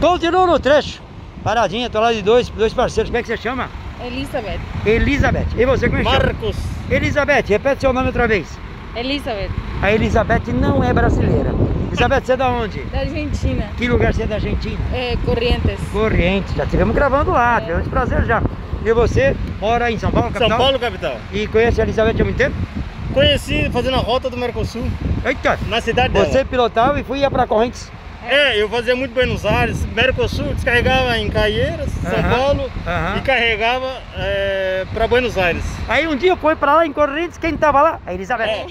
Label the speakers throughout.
Speaker 1: Continuo no trecho. Paradinha, tô lá de dois, dois parceiros. Como é que você chama?
Speaker 2: Elizabeth.
Speaker 1: Elizabeth. E você como é que chama?
Speaker 3: Marcos.
Speaker 1: Elizabeth, repete seu nome outra vez.
Speaker 2: Elizabeth,
Speaker 1: A Elizabeth não é brasileira. Elizabeth, você é da onde?
Speaker 2: da Argentina.
Speaker 1: Que lugar você é da Argentina?
Speaker 2: É, Corrientes.
Speaker 1: Corrente, já estivemos gravando lá, tivemos prazer já. E você mora em São Paulo, capital?
Speaker 3: São Paulo, capital.
Speaker 1: E conhece a Elizabeth há muito tempo?
Speaker 3: Conheci fazendo a rota do Mercosul,
Speaker 1: Eita!
Speaker 3: na cidade dela.
Speaker 1: Você pilotava e foi para Correntes?
Speaker 3: É, eu fazia muito Buenos Aires, Mercosul, descarregava em Caieiras, São
Speaker 1: Aham,
Speaker 3: Paulo,
Speaker 1: aham.
Speaker 3: e carregava é, para Buenos Aires.
Speaker 1: Aí um dia foi para lá em Correntes, quem tava lá? A Elizabeth.
Speaker 3: É.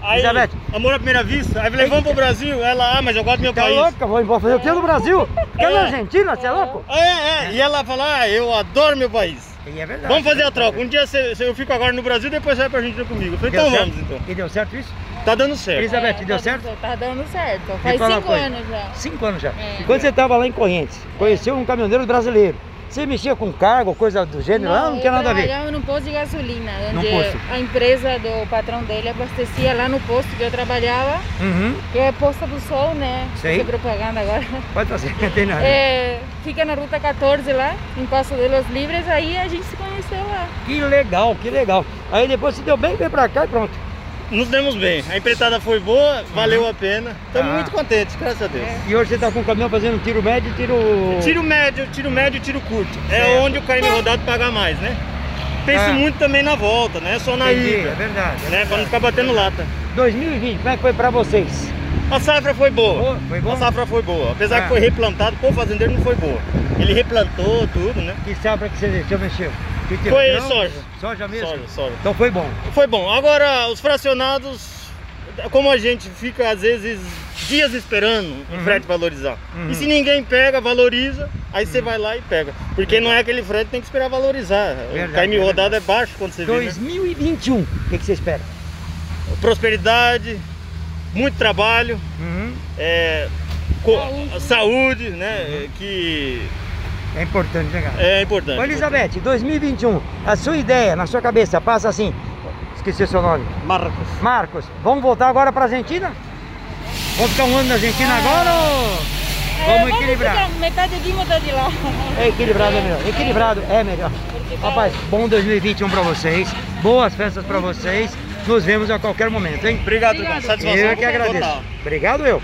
Speaker 3: Aí,
Speaker 1: Elizabeth.
Speaker 3: amor à primeira vista, aí me levamos pro Brasil, ela, ah, mas eu gosto do meu
Speaker 1: Tá
Speaker 3: país.
Speaker 1: louca? Vou embora fazer o quê no Brasil? Quer na Argentina, você é louco?
Speaker 3: É, é, e ela fala, ah, eu adoro meu país.
Speaker 1: E é verdade.
Speaker 3: Vamos fazer a troca, um dia você- você- eu fico agora no Brasil, depois você vai pra Argentina comigo. Eu falei, então
Speaker 1: certo?
Speaker 3: vamos, então.
Speaker 1: E deu certo isso?
Speaker 3: Tá dando certo.
Speaker 1: Elizabeth,
Speaker 2: É,
Speaker 1: deu
Speaker 2: tá-
Speaker 1: certo?
Speaker 2: Tá dando certo.
Speaker 1: Me
Speaker 2: Faz
Speaker 1: fala uma
Speaker 2: cinco
Speaker 1: coisa.
Speaker 2: anos já.
Speaker 1: Cinco anos já.
Speaker 2: É.
Speaker 1: E quando você tava lá em Correntes, conheceu um caminhoneiro brasileiro. Você mexia com cargo, coisa do gênero lá? Não
Speaker 2: eu
Speaker 1: tinha nada a ver.
Speaker 2: trabalhava num posto de gasolina,
Speaker 1: Num
Speaker 2: onde
Speaker 1: posto.
Speaker 2: a empresa do patrão dele abastecia lá no posto que eu trabalhava,
Speaker 1: Uhum.
Speaker 2: que é Posta do Sol, né?
Speaker 1: Sei. Ah,
Speaker 2: Fazer propaganda agora.
Speaker 1: Pode fazer, não tem nada.
Speaker 2: É, fica na Ruta 14 lá, em Passo de los Libres, aí a gente se conheceu lá.
Speaker 1: Que legal, que legal. Aí depois se deu bem, veio pra cá e pronto.
Speaker 3: Nos demos bem, a empreitada foi boa, valeu a pena. Estamos
Speaker 1: Ah.
Speaker 3: muito contentes, graças a Deus.
Speaker 1: E hoje você tá com o caminhão fazendo tiro médio e tiro.
Speaker 3: Tiro médio, tiro médio, tiro curto. É
Speaker 1: Certo.
Speaker 3: onde o carrinho rodado paga mais, né? Penso
Speaker 1: Ah.
Speaker 3: muito também na volta, né? Só na
Speaker 1: Entendi,
Speaker 3: ida,
Speaker 1: é verdade. é
Speaker 3: né? Pra não
Speaker 1: verdade.
Speaker 3: ficar batendo lata.
Speaker 1: 2020, como é que foi pra vocês?
Speaker 3: A safra foi boa.
Speaker 1: Foi bom?
Speaker 3: A safra foi boa. Apesar
Speaker 1: Ah.
Speaker 3: que foi replantado, pô, o fazendeiro não foi boa. Ele replantou tudo, né?
Speaker 1: Que safra que você deixou mexer? Que que-
Speaker 3: Foi
Speaker 1: grão?
Speaker 3: soja.
Speaker 1: Soja mesmo?
Speaker 3: Soja, soja.
Speaker 1: Então foi bom.
Speaker 3: Foi bom. Agora, os fracionados, como a gente fica às vezes dias esperando
Speaker 1: Uhum.
Speaker 3: o frete valorizar.
Speaker 1: Uhum.
Speaker 3: E se ninguém pega, valoriza, aí você vai lá e pega. Porque não é aquele frete que tem que esperar valorizar.
Speaker 1: Verdade,
Speaker 3: o time
Speaker 1: verdade.
Speaker 3: rodado é baixo quando você vê. né?
Speaker 1: 2021, o que, que você espera?
Speaker 3: prosperidade, muito trabalho,
Speaker 1: Uhum.
Speaker 3: é, co-
Speaker 2: Saúde.
Speaker 3: saúde.
Speaker 1: Uhum.
Speaker 3: né? Que
Speaker 1: É importante, né, cara?
Speaker 3: é importante.
Speaker 1: Ô, Elizabeth, 2021, a sua ideia na sua cabeça passa assim. Esqueci seu nome.
Speaker 3: Marcos.
Speaker 1: Marcos, vamos voltar agora pra Argentina? Vamos ficar um ano na Argentina agora ou.
Speaker 2: Ah. É,
Speaker 1: Vamos equilibrar.
Speaker 2: ficar Metade aqui, metade lá.
Speaker 1: É equilibrado é melhor. Equilibrado é melhor. Rapaz, bom 2021 pra vocês. Boas festas pra vocês. Nos vemos a qualquer momento, hein?
Speaker 3: Obrigado,
Speaker 2: Obrigado.
Speaker 3: satisfação.
Speaker 1: Eu é que agradeço.
Speaker 3: total.
Speaker 1: Obrigado eu.